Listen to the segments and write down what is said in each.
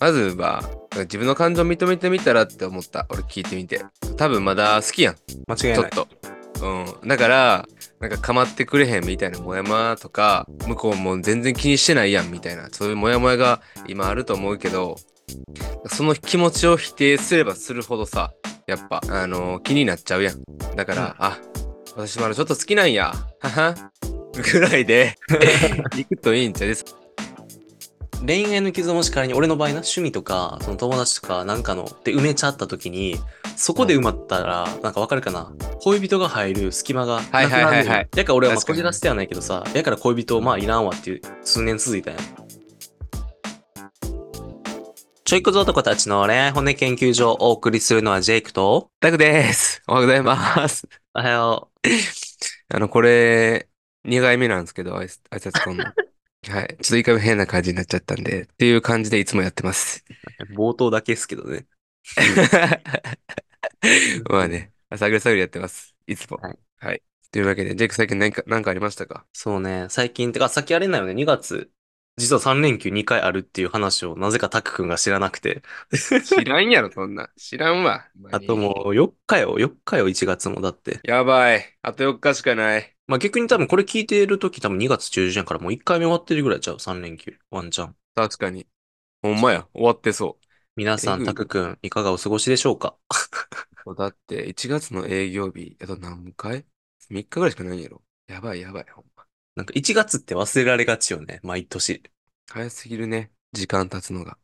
まずは、自分の感情を認めてみたらって思った。俺聞いてみて。多分まだ好きやん。間違いちょなっい。と。うん、だからなんか構ってくれへんみたいなモヤモヤとか向こうも全然気にしてないやんみたいなそういうモヤモヤが今あると思うけどその気持ちを否定すればするほどさやっぱ、あの気になっちゃうやんだから、あ私まだちょっと好きなんやははぐらいで行くといいんちゃうです恋愛の傷もし仮に俺の場合な趣味とかその友達とかなんかので埋めちゃった時にそこで埋まったら、なんかわかるかな恋人が入る隙間がなくなるのはよ、いはいはいはいやから俺はまあ確かこにじらせてはないけどさやから恋人まあいらんわっていう数年続いたやんちょいこず男たちの恋愛骨研究所をお送りするのはジェイクとタクですおはようございますおはようあのこれ2回目なんですけど挨拶挨拶こん なはいちょっと一回目変な感じになっちゃったんでっていう感じでいつもやってます冒頭だけですけどね まあね、探り探りやってます。いつも。はい。というわけで、ジェイク最近何か、何かありましたかそうね、最近、てか、先あれなんよね、2月、実は3連休2回あるっていう話を、なぜかタク君が知らなくて。 知らんやろ、そんな。知らんわ。あともう、4日よ、4日よ、1月も、だって。う。やばい。あと4日しかない。まあ、逆に多分これ聞いてる時多分2月中旬やからもう1回目終わってるぐらいちゃう、3連休。ワンチャン。確かに。ほんまや。終わってそ皆さえん、ぐいタク君、いかがお過ごしでしょうか う。だって、1月の営業日、あと何回 ?3 日ぐらいしかないんやろ。やばいやばい、ほんま。なんか1月って忘れられがちよね、毎年。早すぎるね。時間経つのが。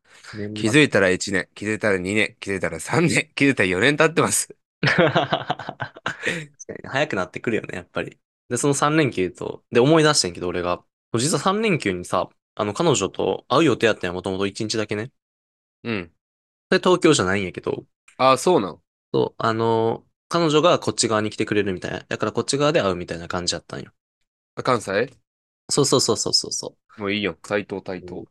気気づいたら1年、気づいたら2年、気づいたら3年、 気づいたら4年経ってます。確かに 早くなってくるよね、やっぱり。で、その3連休と、で、思い出してんけど、俺が。実は3連休にさ、あの、彼女と会う予定やったんや、もともと1日だけね。うん。で、東京じゃないんやけど、ああ、そうなの。そう、あの、彼女がこっち側に来てくれるみたいな。だからこっち側で会うみたいな感じやったんよ。あ関西そうそうそうそうそうそう。もういいよ。斎藤対等。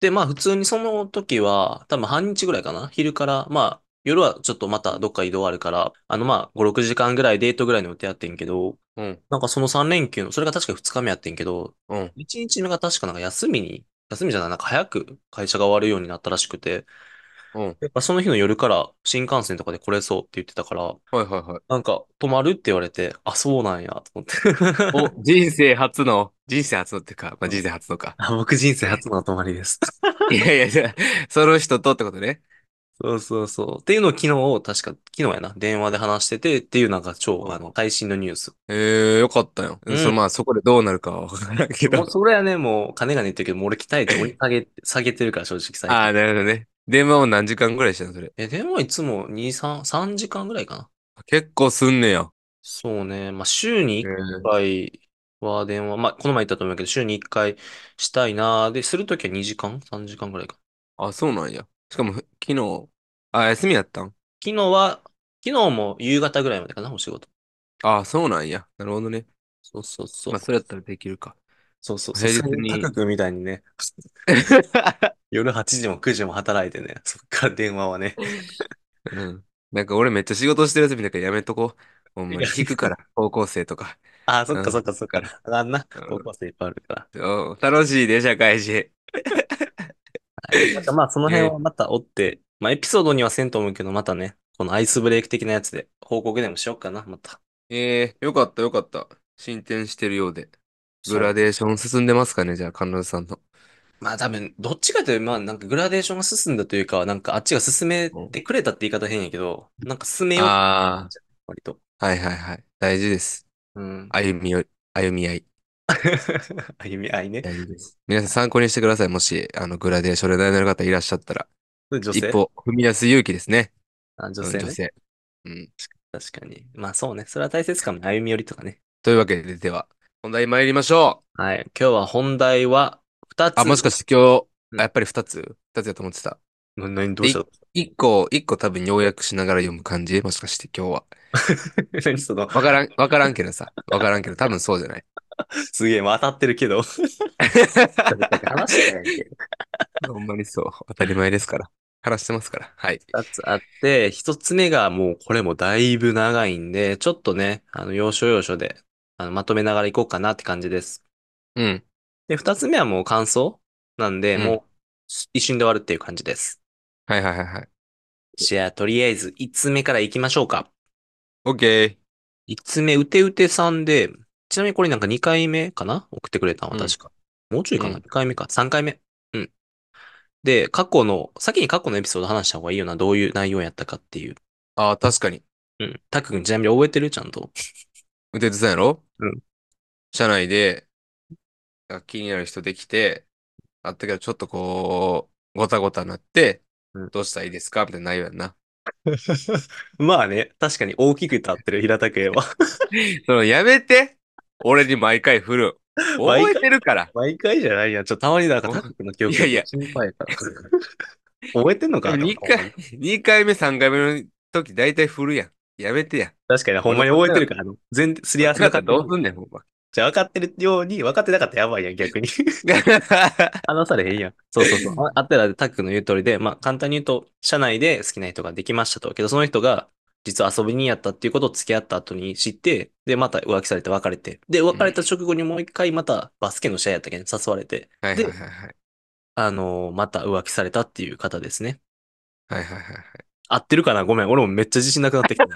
で、まあ普通にその時は、多分半日ぐらいかな。昼から、まあ夜はちょっとまたどっか移動あるから、あのまあ5、6時間ぐらいデートぐらいの予定やってんけど、うん。なんかその3連休の、それが確か2日目やってんけど、うん。 1日目が確かなんか休みに、休みじゃない、なんか早く会社が終わるようになったらしくて、うん。やっぱその日の夜から新幹線とかで来れそうって言ってたから、はいはいはい。なんか泊まるって言われて、あ、そうなんや、と思って。 お、人生初の、人生初のっていうか、まあ、人生初の か。あ僕人生初の泊まりです。 いやいやじゃあ、その人とってことね。そうそうそう。っていうのを昨日、確か、昨日やな、電話で話してて、っていうなんか超、あの、最新のニュース。えー、よかったよ。うんそのまあ、そこでどうなる かはわからんけもどう。それはね、もう、金がね言ってるけど、もう俺鍛えて、俺下げて、下げてるから、正直 最近。ああ、なるほどね。電話を何時間ぐらいしたのそれ。え、でもいつも2、3、3時間ぐらいかな。結構すんねや。そうね。まあ、週にえ1ー回は電話、まあ、この前言ったと思うけど、週に1回したいなーで、するときは2時間 ?3 時間ぐらいか。あ、そうなんや。しかも、昨日、あ、休みやったん昨日は、昨日も夕方ぐらいまでかな、お仕事。あ、そうなんや。なるほどね。そうそうそう。まあ、それやったらでき るか。そうそう平日そう。にタク君みたいにね、 夜8時も9時も働いてね、 そっから電話はね。うん。なんか俺めっちゃ仕事してるやつみたいなやめとこう。ほんまにいや聞くから、高校生とか。ああ、そっかうんそっかそっか。あんな、うん高校生いっぱいあるから。うん楽しいで、社会人。はいまたまあ、その辺ねはまた追って、まあ、エピソードにはせんと思うけど、またね、このアイスブレイク的なやつで報告でもしようかな、また。ええよかったよかった。進展してるようで。グそうラデーション進んでますかね、じゃあ、彼女さんの。まあ多分、どっちかというと、まあなんかグラデーションが進んだというか、なんかあっちが進めてくれたって言い方変やけど、なんか進めよう、あ割と。あ、はいはいはい。大事です。うん。歩みより、歩み合い。 歩み合いね。大事です。皆さん参考にしてください。もし、あの、グラデーションで悩んでる方いらっしゃったら、女一性歩踏み出す勇気ですね。あ、女うん性ね。うん。確かに。まあそうね。それは大切かもね。歩み寄りとかね。というわけで、では、本題参りましょう。はい。今日は本題は2つ。あ、もしかしして今うん日、あやっぱり二つ二つやと思ってた。て。な、何、どうした一個、一個多分要約しながら読む感じもしかして今日は。 何その、わからん、わからんけどさ。わからんけど、多分そうじゃない。 すげえ、まあ当たってるけど。話してない けど。ほんまにそう。当たり前ですから。話してますから。はい。 2つあって、1つ目がもうこれもだいぶ長いんで、ちょっとね、あの、要所要所で、あの、まとめながらいこうかなって感じです。うん。で、2つ目はもう感想なんで、うんもう一瞬で終わるっていう感じです。はいはいはいはい。じゃあ、とりあえず、5つ目から行きましょうか。オッケー。 5つ目、うてうてさんで、ちなみにこれなんか2回目かな送ってくれたのうんは確か。もうちょいかな、うん ?2 回目か。3回目。うん。で、過去の、先に過去のエピソード話した方がいいよな。どういう内容やったかっていう。ああ、確かに。うん。たっくん、ちなみに覚えてるちゃんと。運転手さんやろうん車内で、なんか気になる人できて、あったけど、ちょっとこう、ごたごたなってうん、どうしたらいいですかみたいな内容やんな。 まあね、確かに大きく立ってる平田家は。そのやめて俺に毎回振る。毎覚え回てるから。毎回じゃないやん。ちょっとたまになんかタックの記憶いやいや心配やから。 覚えてんのか2回、二回目、3回目の時、大体振るやん。やめてや。確かに、ほんまに覚えてるから、あの、全、すり合わせななんかかった。どうすんねん、ほんま。じゃあ分かってるように、分かってなかったらやばいやん、逆に。 話されへんやん。そうそうそう。ああったら、タックの言う通りで、まあ、簡単に言うと、社内で好きな人ができましたと。けど、その人が、実は遊びにやったっていうことを付き合った後に知って、で、また浮気されて別れて。で、別れた直後にもう一回またバスケの試合やったけん、誘われて、はいはいはいはい。あのーまた浮気されたっていう方ですね。はいはいはいはい。合ってるかなごめん。俺もめっちゃ自信なくなってきた。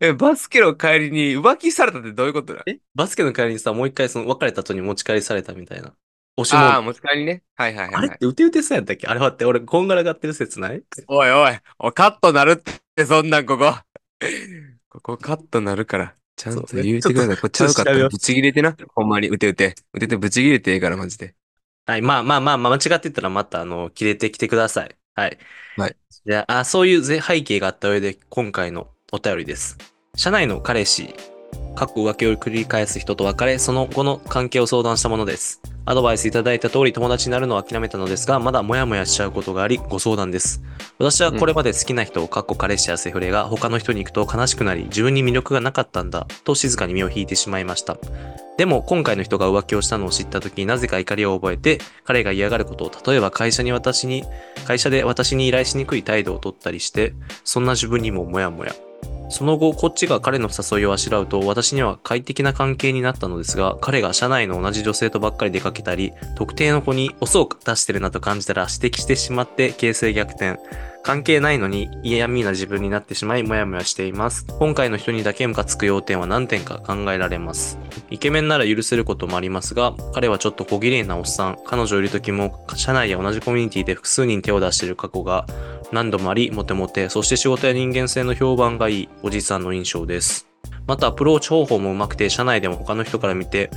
え、バスケの帰りに浮気されたってどういうことだえバスケの帰りにさ、もう一回その別れた後に持ち帰りされたみたいな。おしのああ、持ち帰りね。はいはいはいあはれい。ってウテウテさんやったっけあれ待って、俺こんがらがってる説ないおいおい、おいカットなるって、そんなんここ。ここカットなるから、ちゃんとそうね言うてください。これちゃうかったちょっと調べよらうぶち切れてな。ほんまに、打て打て。打ててぶち切れてええから、マジで。はい、まあまあまあ、まあ間違ってたらまた、あの、切れてきてください。はい。はい。じゃあ、あそういうぜ背景があった上で、今回のお便りです。社内の彼氏、過去浮気を繰り返す人と別れ、その後の関係を相談したものです。アドバイスいただいた通り友達になるのを諦めたのですが、まだモヤモヤしちゃうことがあり、ご相談です。私はこれまで好きな人を、かっこ彼氏やセフレが他の人に行くと悲しくなり、自分に魅力がなかったんだ、と静かに身を引いてしまいました。でも、今回の人が浮気をしたのを知った時になぜか怒りを覚えて、彼が嫌がることを、例えば会社に私に、会社で私に依頼しにくい態度を取ったりして、そんな自分にもモヤモヤ。その後、こっちが彼の誘いをあしらうと、私には快適な関係になったのですが、彼が社内の同じ女性とばっかり出かけたり、特定の子におそを出してるなと感じたら指摘してしまって形勢逆転。関係ないのに嫌みな自分になってしまい、モヤモヤしています。今回の人にだけムカつく要点は何点か考えられます。イケメンなら許せることもありますが、彼はちょっと小綺麗なおっさん。彼女いる時も、社内や同じコミュニティで複数人手を出している過去が何度もあり、モテモテ、そして仕事や人間性の評判がいいおじさんの印象です。また、アプローチ方法もうまくて、社内でも他の人から見て、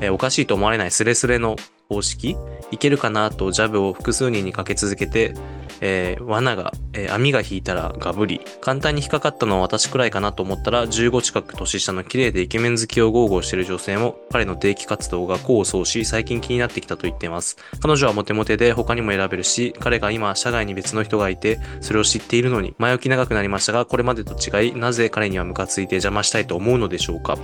えーおかしいと思われないスレスレの方式いけるかなとジャブを複数人にかけ続けて、えー罠が、えー網が引いたらガブリ簡単に引っかかったのは私くらいかなと思ったら15近く年下の綺麗でイケメン好きを豪語している女性も彼の定期活動が功を奏し最近気になってきたと言っています彼女はモテモテで他にも選べるし彼が今社外に別の人がいてそれを知っているのに前置き長くなりましたがこれまでと違いなぜ彼にはムカついて邪魔したいと思うのでしょうか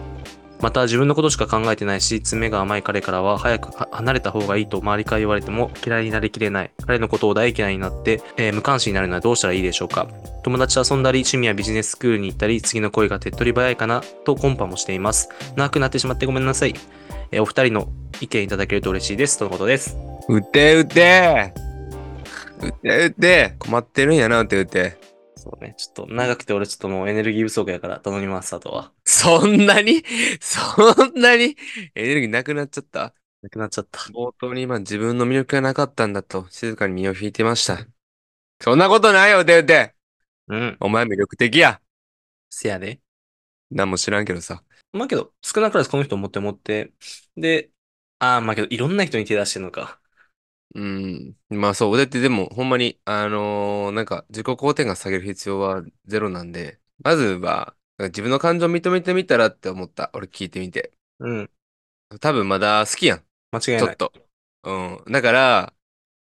また自分のことしか考えてないし、爪が甘い彼からは早くは離れた方がいいと周りから言われても嫌いになりきれない。彼のことを大嫌いになって、えー無関心になるのはどうしたらいいでしょうか。友達と遊んだり、趣味やビジネススクールに行ったり、次の恋が手っ取り早いかなとコンパもしています。長くなってしまってごめんなさい。えーお二人の意見いただけると嬉しいです。とのことです。打て打て打て打て困ってるんやな、打て打て。そうね。ちょっと長くて俺ちょっともうエネルギー不足やから頼みます、あとは。そんなに そんなにエネルギーなくなっちゃったなくなっちゃった。冒頭に今自分の魅力がなかったんだと静かに身を引いてました。そんなことないよ、打て打てうん。お前魅力的やせやで。なんも知らんけどさ。まあけど、少なからずこの人持って持って、で、ああ、まあけど、いろんな人に手出してるのか。うん。まあそう、俺ってでも、ほんまに、あのーなんか、自己肯定感下げる必要はゼロなんで、まずは、なんか自分の感情認めてみたらって思った。俺聞いてみて。うん、多分まだ好きやん。間違いちょなっい。と。うん。だから、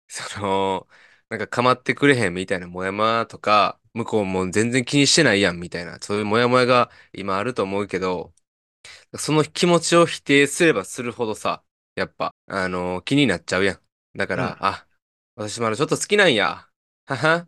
その、なんか構ってくれへんみたいなモヤモヤとか、向こうも全然気にしてないやんみたいな、そういうモヤモヤが今あると思うけど、その気持ちを否定すればするほどさ、やっぱ、あの気になっちゃうやん。だから、うんあ、私まだちょっと好きなんや。はは。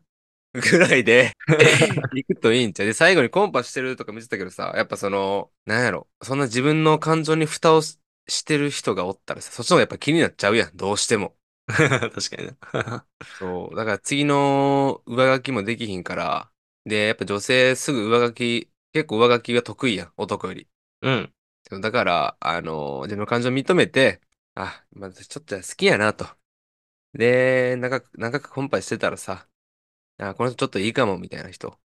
ぐらいで、 行くといいんちゃうで、最後にコンパしてるとか見てたけどさ、やっぱその、なんやろ、そんな自分の感情に蓋をししてる人がおったらさ、そっちの方がやっぱ気になっちゃうやん、どうしても。 確かにな。 そう。だから次の上書きもできひんから。で、やっぱ女性すぐ上書き、結構上書きが得意やん、男より。うん。そうだから、あの、自分の感情を認めて、あ、まあ、ちょっと好きやなと。で、長く、長くコンパイしてたらさ、あ、この人ちょっといいかも、みたいな人、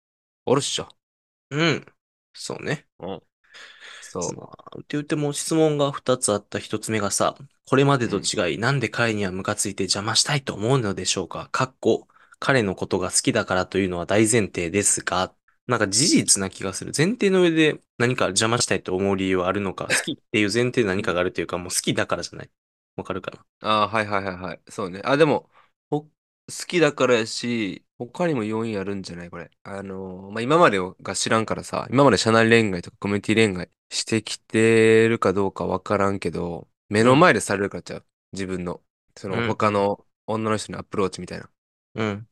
おるっしょ。うん。そうね。そう。まあって言っても質問が2つあった1つ目がさ、これまでと違い、なんで彼にはムカついて邪魔したいと思うのでしょうかかっこ、彼のことが好きだからというのは大前提ですが、なんか事実な気がする。前提の上で何か邪魔したいと思う理由はあるのか、好きっていう前提で何かがあるというか、もう好きだからじゃない。わかるかなあ、はいはいはいはい。そうね。あ、でも、ほ、好きだからやし、他にも要因あるんじゃないこれ。あの、まあ、今までが知らんからさ、今まで社内恋愛とかコミュニティ恋愛してきてるかどうかわからんけど、目の前でされるからちゃう。自分の。そのうん他の女の人のアプローチみたいな。うん。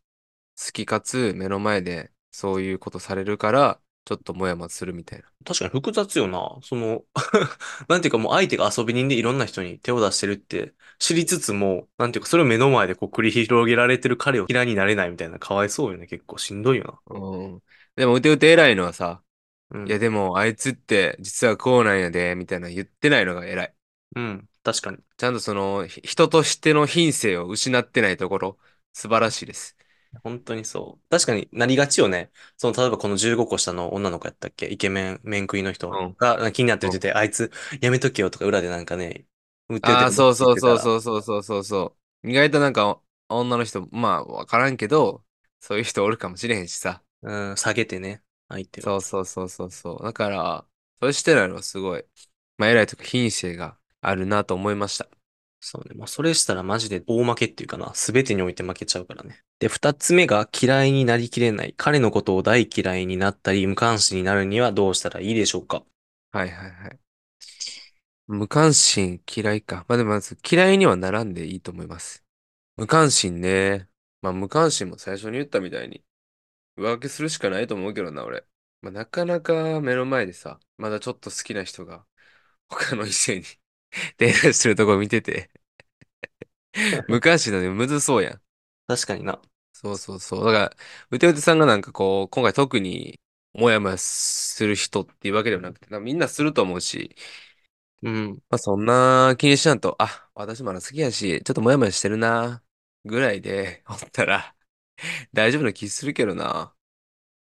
好きかつ目の前でそういうことされるから、ちょっとモヤモヤするみたいな。確かに複雑よな。その、 なんていうかもう相手が遊び人でいろんな人に手を出してるって知りつつも、なんていうかそれを目の前でこう繰り広げられてる彼を嫌いになれないみたいな、かわいそうよね。結構しんどいようん。でも、うてうて偉いのはさ、な。うん。いやでも、あいつって実はこうなんやで、みたいな言ってないのが偉い。うん。確かに。ちゃんとそのひ人としての品性を失ってないところ、素晴らしいです。本当にそう。確かになりがちよね。その、例えばこの15個下の女の子やったっけイケメン、面食いの人うんが気になって言ってて、あいつやめとけよとか裏でなんかね、売ってるああ、そうそうそうう。そうそうそうそうそう。意外となんか女の人、まあわからんけど、そういう人おるかもしれへんしさ。うん、下げてね、相手を。そうそうそうそうそう。だから、それしてないのはすごい、まあ偉いとか品性があるなと思いました。そうね。まあ、それしたらマジで大負けっていうかな。すべてにおいて負けちゃうからね。で、二つ目が嫌いになりきれない。彼のことを大嫌いになったり、無関心になるにはどうしたらいいでしょうか。はいはいはい。無関心嫌いか。まあでもまず嫌いにはならんでいいと思います。無関心ね。まあ無関心も最初に言ったみたいに浮気するしかないと思うけどな、俺。まあなかなか目の前でさ、まだちょっと好きな人が他の異性に 出会いしてるとこ見てて 無関心なのにむずそうやん。確かにな。そうそうそう。だから、うてうてさんがなんかこう、今回特にもやもやする人っていうわけではなくて、なんかみんなすると思うし、うん。まあそんな気にしなんと、あ、私まだ好きやし、ちょっともやもやしてるな、ぐらいで、おったら、 大丈夫な気するけどな。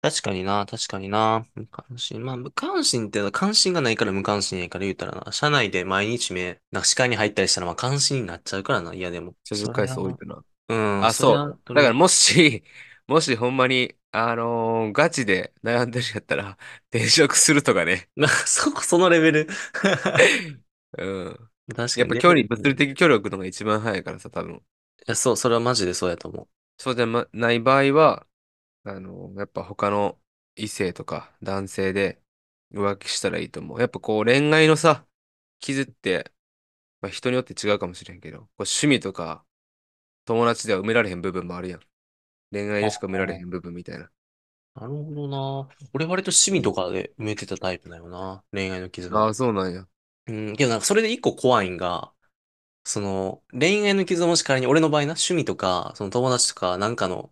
確かにな、確かにな。無関心。まあ、無関心って、関心がないから無関心やから言うたらな。社内で毎日目、なんか視界に入ったりしたら、まあ、関心になっちゃうからな。嫌でも。接触回数多いかな。それはうん、あそそれうはだからもし、もしほんまに、あのーガチで悩んでるんやったら、 転職するとかね。まあ、 そこ、そのレベル。確かうん。にやっぱね距離、物理的距離を置くのが一番早いからさ、多分。いや、そう、それはマジでそうやと思う。そうじゃまない場合は、あの、やっぱ他の異性とか男性で浮気したらいいと思う。やっぱこう恋愛のさ、傷って、まあ、人によって違うかもしれんけど、こう趣味とか友達では埋められへん部分もあるやん。恋愛でしか埋められへん部分みたいな。なるほどな。俺割と趣味とかで埋めてたタイプだよな。恋愛の傷あが。あ、そうなんや。うん。けどなんかそれで一個怖いんが、その、恋愛の傷をもし仮に俺の場合な、趣味とか、その友達とかなんかの、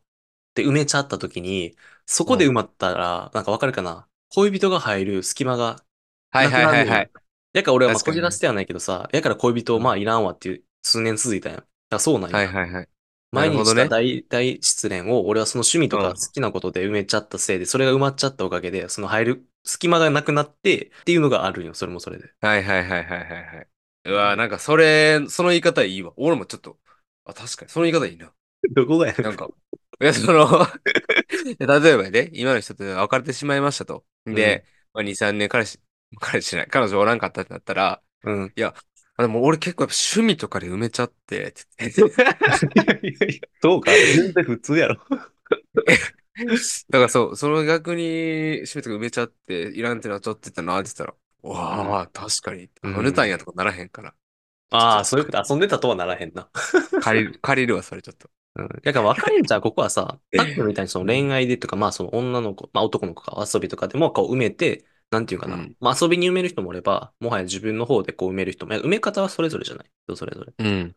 で埋めちゃった時に、そこで埋まったら、なんかわかるかな。恋人が入る隙間がはいはいはいはい。やから俺はまあ確かこにじねらせてはないけどさ、やから恋人うんまあいらんわっていう数年続いたやん。だからそうなんや。はいはいはい。な毎るほ日どしたね。大、大失恋を俺はその趣味とうかん好きなことで埋めちゃったせいで、それが埋まっちゃったおかげで、その入る隙間がなくなってっていうのがあるんよ、それもそれで。はいはいはいはいはいはい。うわーなんかそれ、その言い方いいわ。俺もちょっと、あ、確かに、その言い方いいな。どこがやねんなんか、 いや、その 例えばね、今の人と別れてしまいましたと。で、まあ、2、3年彼氏、 彼氏じゃない、彼女おらんかったってなったら、うん。 あでも俺結構やっぱ趣味とかで埋めちゃって、 って言ってどうか全然普通やろ。だからそう、その逆に趣味とか埋めちゃって、いらんってなっちゃってたなって言ったら、わあ、確かに、うん埋めたんやとかならへんから、ああ、そういうこと遊んでたとはならへんな。借りる、借りるわ、それちょっと。うん。だから別れんじゃうここは さ、さっきみたいにその恋愛でとか、まあその女の子、まあ男の子か遊びとかでもこう埋めて、なんていうかな。うんまあ遊びに埋める人もおれば、もはや自分の方でこう埋める人も、いや埋め方はそれぞれじゃない。人それぞれ。うん。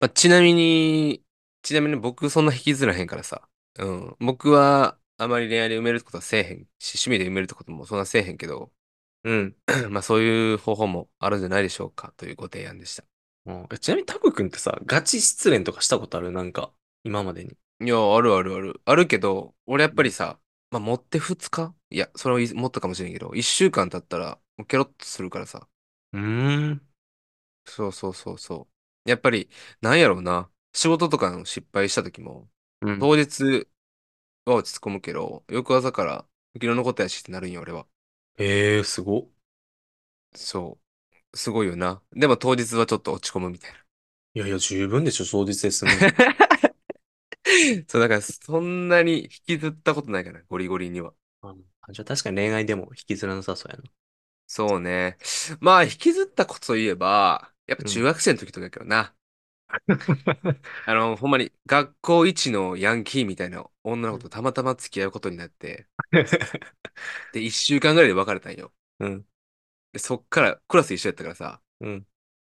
まあ、ちなみに、ちなみに僕そんな引きずらへんからさ。うん。僕はあまり恋愛で埋めるってことはせえへんし、趣味で埋めるってこともそんなせえへんけど、 うん。まあそういう方法もあるんじゃないでしょうかというご提案でした。うんえちなみにタク君ってさ、ガチ失恋とかしたことあるなんか、今までに。いや、あるあるある。あるけど、俺やっぱりさ、まあ持って2日いや、それはいもっとかもしれんけど、1週間経ったら、もうケロッとするからさ。うーん。そうそうそうそう。やっぱり、なんやろうな。仕事とかの失敗した時も、うん当日は落ち込むけど、翌朝から、昨日のことやしってなるんよ、俺は。えー、すごっ。そう。すごいよな。でも当日はちょっと落ち込むみたいな。いやいや、十分でしょ、当日 ですもん。そう、だからそんなに引きずったことないかな、ゴリゴリには。あじゃあ確かに恋愛でも引きずらなさそうやな。そうね。まあ、引きずったこと言えば、やっぱ中学生の時とかやけどな。あの、ほんまに学校一のヤンキーみたいな女の子とたまたま付き合うことにな って、で、一週間ぐらいで別れたんよ。うん。で、そっからクラス一緒やったからさ、うん。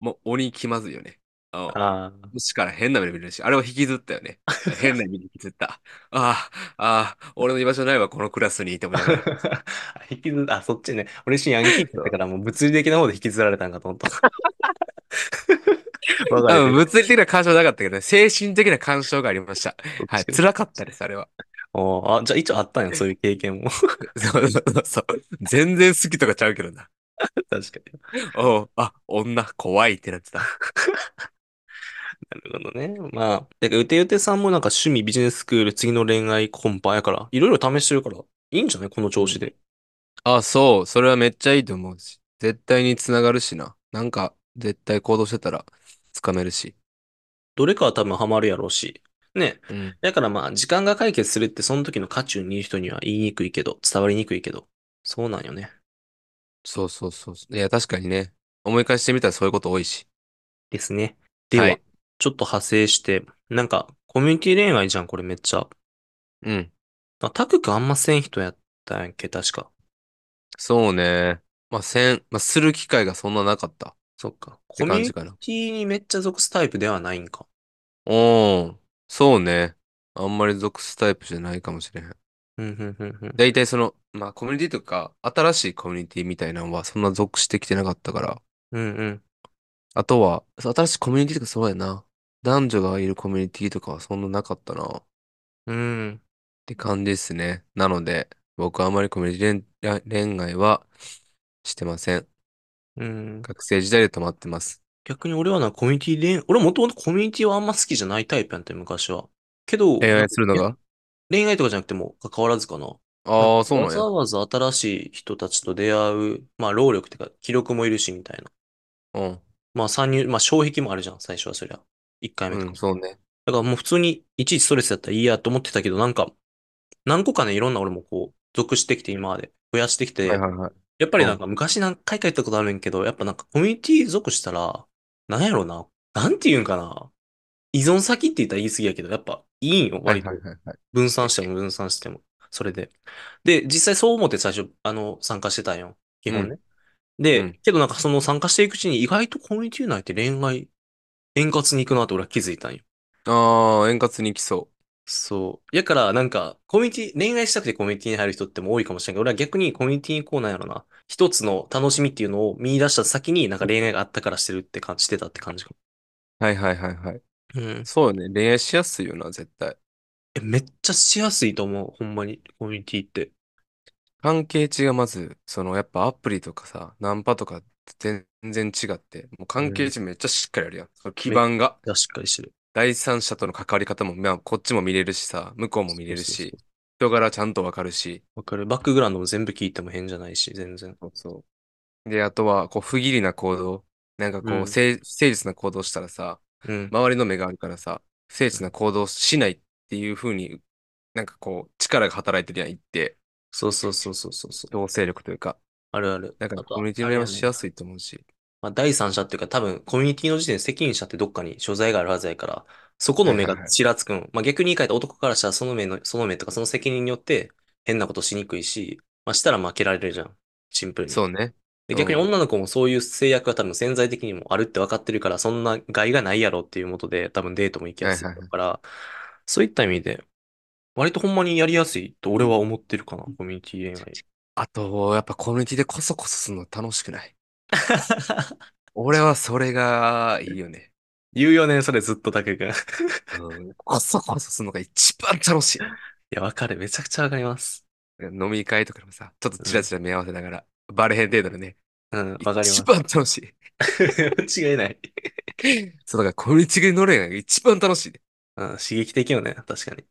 もう鬼気まずいよね。あの、 ああ。しから変な目で見るし、あれは引きずったよ ね。変な目で引きずった。ああ、ああ、俺の居場所ないわ、このクラスにって思いなが ら。引きずあ、そっちね。俺一瞬ヤンキーだったから、もう物理的な方で引きずられたんかと思 った。わかあるの物理的な干渉はなかったけどね、精神的な干渉がありました。はい、 辛かったです、あれは。おーあ、じゃあ一応あったんや、そういう経験 も。そうそうそうそう。全然好きとかちゃうけどな。確かに。おうあ、女怖いってなってた。 なるほどね。まあ、だからうてうてさんもなんか趣味、ビジネススクール、次の恋愛コンパやから、いろいろ試してるから、いいんじゃないこの調子で。あ、そう。それはめっちゃいいと思うし。絶対につながるしな。なんか、絶対行動してたら、つかめるし。どれかは多分ハマるやろうし。ね。うん。だからまあ、時間が解決するって、その時の渦中にいる人には言いにくいけど、伝わりにくいけど、そうなんよね。そうそうそう。いや、確かにね。思い返してみたらそういうこと多いし。ですね。ではは、いちょっと派生して、なんか、コミュニティ恋愛じゃん、これめっちゃ。うん。あタク君あんません人やったんやっけ、確か。そうね。まあ、せん、まあ、する機会がそんななかったっそっか。コてミュ感ニじテかな。ィにめっちゃ属すタイプではないんか。うん。そうね。あんまり属すタイプじゃないかもしれへん。うん、うん、うん、うん。大体その、まあ、コミュニティとか、新しいコミュニティみたいなのはそんな属してきてなかったから。うん、うん。あとは、そう新しいコミュニティとかそうやな。男女がいるコミュニティとかはそんななかったな。っうん。て感じですね。なので、僕はあまりコミュニティ恋恋愛はしてません。うん。学生時代で止まってます。逆に俺はな、コミュニティ恋、俺もともとコミュニティはあんま好きじゃないタイプやんって、昔は。けど、恋愛するのが恋愛とかじゃなくても関わらずかな。ああ、そうなんわや。ざわざ新しい人たちと出会う、まあ、労力っていうか、気力もいるし、みたいな。うん。まあ参入、まあ障壁もあるじゃん、最初はそりゃ。一回目とかうん、そうね。だからもう普通にいちいちストレスだったらいいやと思ってたけど、なんか、何個かね、いろんな俺もこう、属してきて今まで増やしてきて、はいはいはい。やっぱりなんか昔何回か言ったことあるんやけど、やっぱなんかコミュニティ属したら、なんやろな、なんて言うんかな。依存先って言ったら言い過ぎやけど、やっぱいいんよ、割と。はいはいはいはい。分散しても分散しても。それで。で、実際そう思って最初、あの、参加してたんよ。基本ね。で、うんけどなんかその参加していくうちに意外とコミュニティ内って恋愛、円滑に行くなって俺は気づいたんよ。ああ、円滑にいきそそう。やからなんか、コミュニティ、恋愛したくてコミュニティに入る人っても多いかもしれんけど、俺は逆にコミュニティにこうなんやろな。一つの楽しみっていうのを見出した先になんか恋愛があったからしてるって感じしてたって感じかう。はいはいはいはい。も。うん。そうよね。恋愛しやすいよな、絶対。え、めっちゃしやすいと思う。ほんまに、コミュニティって。関係値がまず、そのやっぱアプリとかさ、ナンパとか全然違って、もう関係値めっちゃしっかりあるやん。その基盤が、いやしっかりしてる。第三者との関わり方も、まあこっちも見れるしさ、向こうも見れるそうそうしそう、人柄ちゃんとわかるし、わかる。バックグラウンドも全部聞いても変じゃないし、全然。そうそう。で、あとは、こう、不義理な行動、なんかこう、うん誠誠実な行動したらさ、うん。周りの目があるからさ、不誠実な行動しないっていう風に、なんかこう、力が働いてるやん、一定。そうそうそうそうそうそう。強制力というか、あるある。だからあとコミュニティあのれりやもねしやすいと思うし。まあ、第三者っていうか多分コミュニティの時点で責任者ってどっかに所在があるはずやから、そこのは目いはいがはいちらつくん。まあ、逆に言い換えた男からしたらその目の、その目とかその責任によって変なことしにくいし、まあ、したら負けられるじゃん。シンプルに。そうね。うで、ん逆に女の子もそういう制約が多分潜在的にもあるって分かってるから、そんな害がないやろっていうことで、多分デートも行きやすいだろうから、そういった意味で、割とほんまにやりやすいと俺は思ってるかな、コミュニティ 恋愛。あと、やっぱコミュニティでコソコソするの楽しくない俺はそれがいいよね。言うよね、それずっとだけ が。いうん、コソコソするのが一番楽しい。や、わかる。めちゃくちゃわかります。飲み会とかでもさ、ちょっとチラチラ目合わせながら、バレへん程度でね、うん、わかります。一番楽しい。間違いない。そう、だからコミュニティで乗れんが一番楽しいで。うん、刺激的よね、確かに。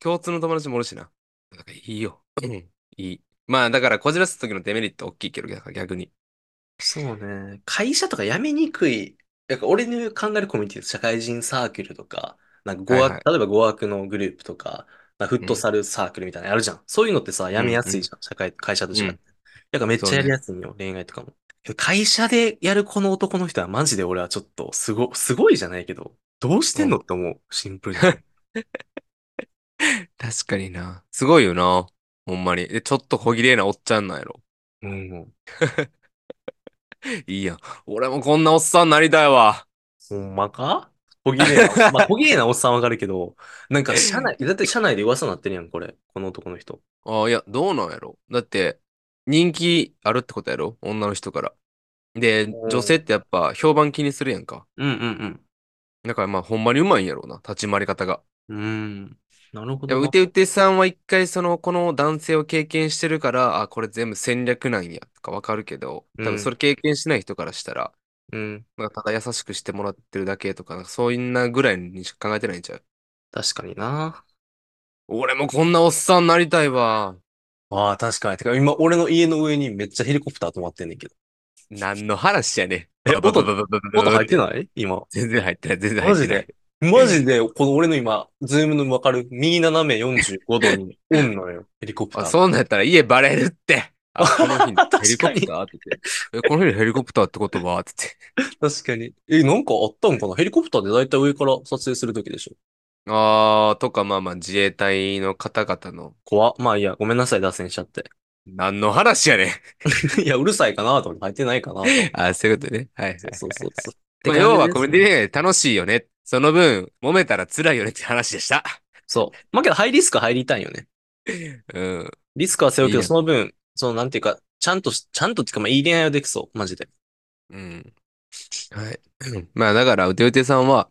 共通の友達もおるしな。だからいいよ。いい。まあ、だからこじらす時のデメリット大きいけど、逆逆に。そうね。会社とか辞めにくい。なんか俺の考えるコミュニティ、社会人サークルとか、なんか語はい学、はい例えば語学のグループとか、なんかフットサルサークルみたいなのあるじゃん。そういうのってさ、辞めやすいじゃん。社会、会社と違っうて。だからめっちゃやりやすいよ、恋愛とかも。けど会社でやるこの男の人はマジで俺はちょっとすご、すごいじゃないけど、どうしてんのって思う。シンプルに。確かにな。すごいよな。ほんまに。で、ちょっと小綺麗なおっちゃんなんやろ。うん。いいやん。俺もこんなおっさんになりたいわ。ほんま か小綺麗な、まあ、小綺麗なおっさんわかるけど、なんか社内、だって社内で噂になってるやん、これ。この男の人。ああ、いや、どうなんやろ。だって、人気あるってことやろ女の人から。で、うん女性ってやっぱ評判気にするやんか。うんうんだからまあ、ほんまにうまいんやろうな。立ち回り方が。うん。うーん。なるほやどっぱなう。てうてさんは一回その、この男性を経験してるから、あ、これ全部戦略なんやとかわかるけど、多う分んそれ経験しない人からしたら、うん。なんかただ優しくしてもらってるだけとか、なんかそういんなぐらいにしか考えてないんちゃう確かにな。俺もこんなおっさんになりたいわ。ああ、確かに。てか、今、俺の家の上にめっちゃヘリコプター止まってんねんけど。何の話やねん。え音ブブブブブブブ音入ってない今。全然入ってない、全然入マってジないで。。マジで、この俺の今、ズームのわかる右斜め45度にオンな のよ。ヘリコプターあ、の。そうなんやったら家バレる って。あ、この日にヘリコプ確ターって言って。え、この日にヘリコプターってことはって言って。確かに。え、なんかあったんかなヘリコプターでだいたい上から撮影するときでしょ。あー、とか、まあまあ、自衛隊の方々の、怖っ。まあいいや、ごめんなさい、脱線しちゃって。何の話やねん。いや、うるさいかなと思って、入ってないかなと思って。 あ、そういうことね。はいはい。そうそうそう。まあ、要はコミュニティィ。恋愛楽しいよね。その分、揉めたら辛いよねって話でした。そう。まあけど、ハイリスクは入りたいよね。うん。リスクは背負うけいいど、ねその分、その、なんていうか、ちゃんとし、ちゃんとっていうか、まあ、いい恋愛はできそう。マ ジで。うん。はい。まあ、だから、うてうてさんは、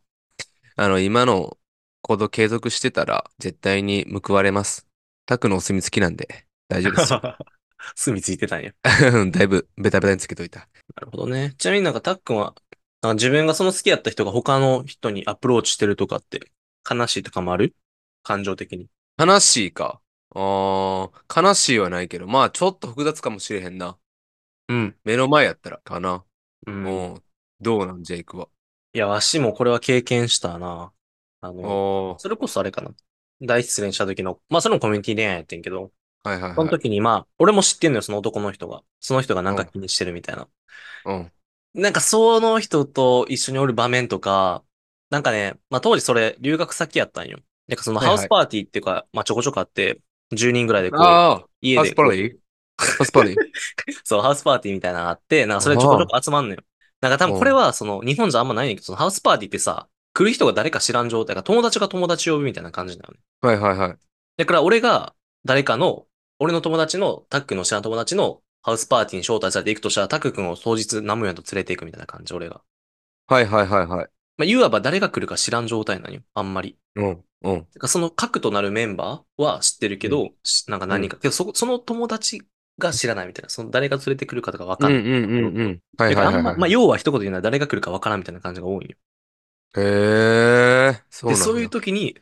あの、今の行動継続してたら、絶対に報われます。タクのお墨付きなんで、大丈夫ですよ。すみついてたんや。うん だいぶ、ベタベタにつけといた。なるほどね。ちなみになんか、たっくんは、なんか自分がその好きやった人が他の人にアプローチしてるとかって、悲しいとかもある感情的に。悲しいか。あー、悲しいはないけど、まあ、ちょっと複雑かもしれへんな。うん。目の前やったら、かな。うん。もう、どうなん、ジェイクは。いや、わしもこれは経験したな。あの、おー、それこそあれかな。大失恋した時の、まあ、それもコミュニティ恋愛やってんけど、はいはいそのはい。時にまあ、俺も知ってんのよ、その男の人が。その人がなんか気にしてるみたいな。うん。なんかその人と一緒におる場面とか、なんかね、まあ当時それ留学先やったんよ。なんかそのはいはハいウスパーティーっていうか、まあちょこちょこあって、10人ぐらいでこう、あ家ー、でパスパこロうディパスパロディそう、ハウスパーティーみたいなのあって、なんかそれちょこちょこ集まんのよ。なんか多分これはその日本じゃあんまないんだけど、そのハウスパーティーってさ、来る人が誰か知らん状態が友達が友達呼ぶみたいな感じなのね。はいはいはい。だから俺が誰かの、俺の友達の、タックンの知らん友達のハウスパーティーに招待されて行くとしたら、タック君を当日ナムヤンと連れて行くみたいな感じ、俺が。はいはいはいはい。まあ、いわば誰が来るか知らん状態なんよ、あんまり。うん、うん。てかその核となるメンバーは知ってるけど、しなんか何人か、けどそこ、その友達が知らないみたいな、その誰が連れてくるかとかわうかんんうない。んうんうん。はいだはいはからあいんま、まはあ、い。要は一言で言うなら誰が来るかわからんみたいな感じが多いんよ。へー、そうで、なんそういうや。時に、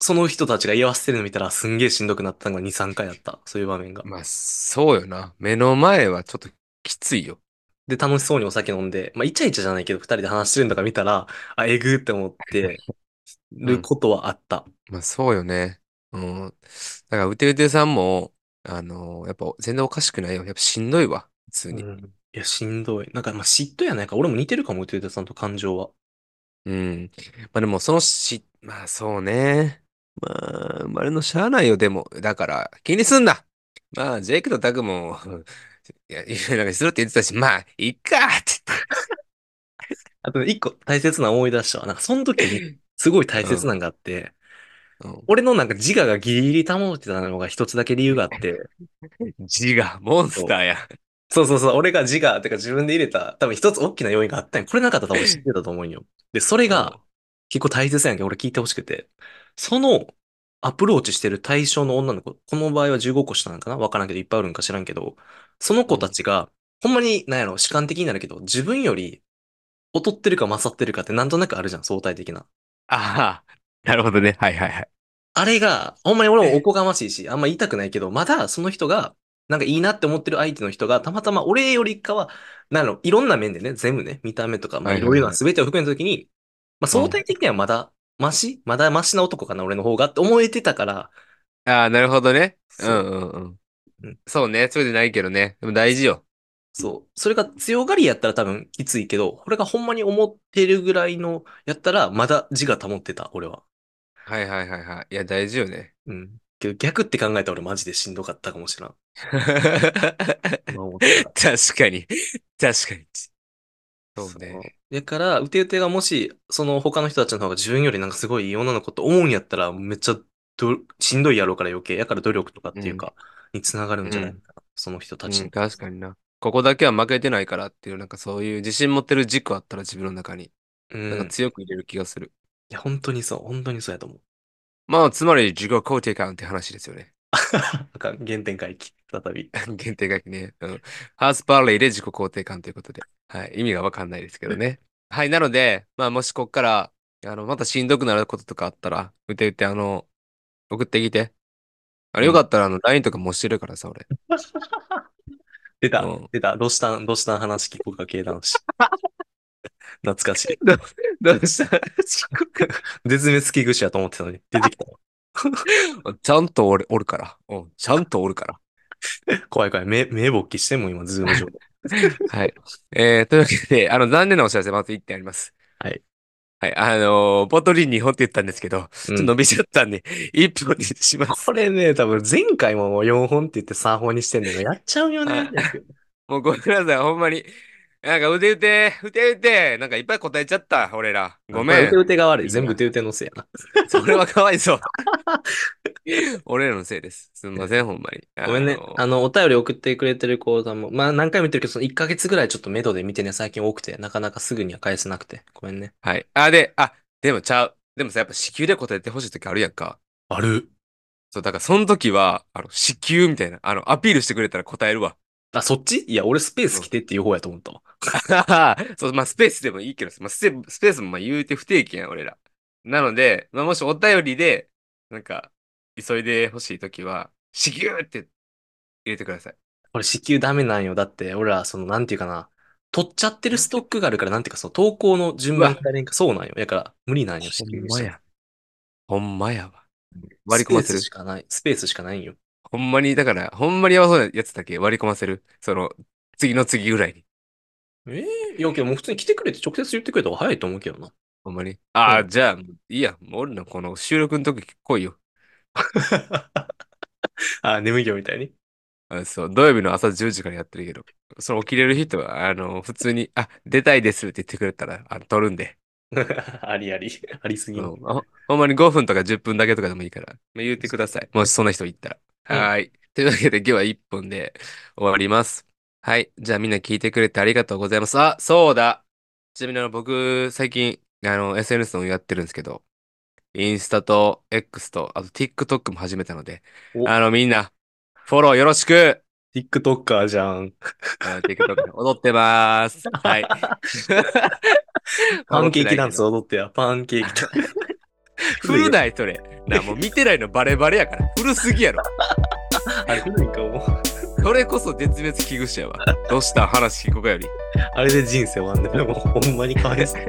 その人たちが居合わせてるの見たらすんげえしんどくなったのが2、3回あった。そういう場面が。まあ、そうよな。目の前はちょっときついよ。で、楽しそうにお酒飲んで、まあ、イチャイチャじゃないけど、二人で話してるんだから見たら、あ、えぐって思ってることはあった。まあ、そうよね。うん。だから、うてうてさんも、あのーやっぱ全然おかしくないよ。やっぱしんどいわ。普通に。うんいや、しんどい。なんか、まあ、嫉妬やないか。俺も似てるかも、てるさんと感情は。うん。まあでも、そのし、まあそうね。まあ、生まれのしゃあないよ。でも、だから、気にすんな。まあ、ジェイクとタクも、 いや、いやなんかするって言ってたし、まあ、いっかってあとね、一個大切なの思い出したわ。なんか、その時に、すごい大切なんがあって、言って。俺のなんか自我がギリギリ保ってたのが一つだけ理由があって、うん字がモンスターや。そうそうそう、俺が自我、てか自分で入れた、多分一つ大きな要因があったんよこれなかったら多分知ってたと思うんよ。で、それが、結構大切やんけど、俺聞いてほしくて。そのアプローチしてる対象の女の子、この場合は15個下なんかなわからんけど、いっぱいあるんか知らんけど、その子たちが、ほんまに、なんやろ、主観的になるけど、自分より劣ってるか勝ってるかってなんとなくあるじゃん、相対的な。ああ、なるほどね。はいはいはい。あれが、ほんまに俺もおこがましいし、あんま言いたくないけど、まだその人が、なんかいいなって思ってる相手の人が、たまたま俺よりかは、なんやろ、いろんな面でね、全部ね、見た目とか、まあはいいろはいいろはない全てを含めたときに、まあ相対的にはまだ、マシまだマシな男かな、俺の方がって思えてたから、ああ、なるほどね。うそうんうんうんうん。そうね。そうじゃないけどね。でも大事よ。そう。それが強がりやったら多分きついけど、これがほんまに思ってるぐらいの、やったらまだ自我保ってた、俺は。はいはいはいはい。いや、大事よね。 うん。けど逆って考えたら俺マジでしんどかったかもしれん。確かに。確今思ったらかに。そうね。だから、うてうてがもし、その他の人たちの方が自分よりなんかすごいいい女の子と思うんやったら、めっちゃど、しんどいやろうから余計、やから努力とかっていうか、につながるんじゃないかな。その人たちうにん、。確かにな。ここだけは負けてないからっていう、なんかそういう自信持ってる軸あったら自分の中に、うん。なんかい強く入れる気がする。や、本当にそう、本当にそうやと思う。 まあ、つまり自己肯定感って話ですよね。あかん、原点回帰、再び。 限定書きね。うん。ハースパーレイで自己肯定感ということで。はい。意味がわかんないですけどね。はい。なので、まあ、もしこっから、あの、またしんどくなることとかあったら、うてうて、あの、送ってきて。あれうんよかったら、あの、LINE とかもしてるから さ、俺。出たうん、出た、どうしたん、どうしたん話聞こうか、系 男子。懐かしい。どうした 絶滅危惧種やと思ってたのに、出てきたわ。ちゃんと俺、おるから。うん。ちゃんとおるから。怖い怖い。目、目ぼっきしてんもん、今、ズーム上で。はい。えー、というわけで、あの、残念なお知らせ、まず1点あります。はい。はい。あのーボトリン2本って言ったんですけど、ちょっと伸びちゃったんで、1本にします。これね、多分前回ももう4本って言って3本にしてんのやっちゃうよ ね。もうごめんなさい、ほんまに。なんか、腕打て、腕打て、なんかいっぱい答えちゃった、俺ら。ごめ。うてうんてが悪い。全部うてうてのせいやそれはかわい そう。俺らのせいです。すんません、ほんまに。な。ごめんねあ。のあの、お便り送ってくれてる講座も、まあ何回も言ってるけど、その1ヶ月ぐらいちょっと目処で見てね、最近多くて、なかなかすぐには返せなくて。ごめんね。はい。あ、で、あ、でもちゃう。でもさ、やっぱ子宮で答えてほしい時あるやんか。あるそう、だからその時は、あの、子宮みたいな、あの、アピールしてくれたら答えるわ。あ、そっちいや、俺スペース来てっていう方やと思ったわ。 そう、まあ、スペースでもいいけど、まあ、スペスペースもまあ言うて不定期やん、俺ら。なので、まあ、もしお便りで、なんか、急いでほしいときは、しぎゅーって入れてください。俺子宮ダメなんよ。だって、俺ら、その、なんていうかな、取っちゃってるストックがあるから、なんていうか、その投稿の順番がねそうなんよ。だから、無理なんよ、子宮にしたら。。ほんまやわ。割り込ませスペーるスし。かない。スペースしかないんよ。ほんまに、だから、ほんまにやばそうなやつだけ割り込ませる。その、次の次ぐらいに。ええいやけどもう普通に来てくれって直接言ってくれた方が早いと思うけどな。ほんまに。ああ、うんじゃあ、いいや。もう俺のこの収録の時来いよ。あ、眠いよみたいに。 あそう、土曜日の朝10時からやってるけど、その起きれる人は、あの、普通に、あ、出たいですって言ってくれたら、あの、撮るんで。ありあり。ありすぎうる。ん、ほほんまに5分とか10分だけとかでもいいから、まあ、言ってください。もしそんな人いったら。うんはーい。というわけで今日は1分で終わります。はい。じゃあみんな聞いてくれてありがとうございます。あ、そうだ。ちなみにあの僕、最近、あの、SNS のやってるんですけど、インスタと X と、あと TikTok も始めたので、おあの、みんな、フォローよろしく TikToker じゃん。あの TikTok で踊ってます。はい。 パンケーキダンス踊ってや。パンケーキダンス。 振るない、それ。な、もう見てないのバレバレやから。古すぎやろ。あれ古いかも。それこそ絶滅危惧種やわ。どうした話聞こうかより。あれで人生終わんね。でもほんまにかわいそう。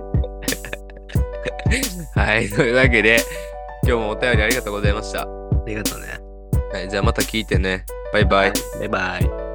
はい。というわけで、今日もお便りありがとうございました。ありがとうね。はい。じゃあまた聞いてね。バイバイ。バイバイ。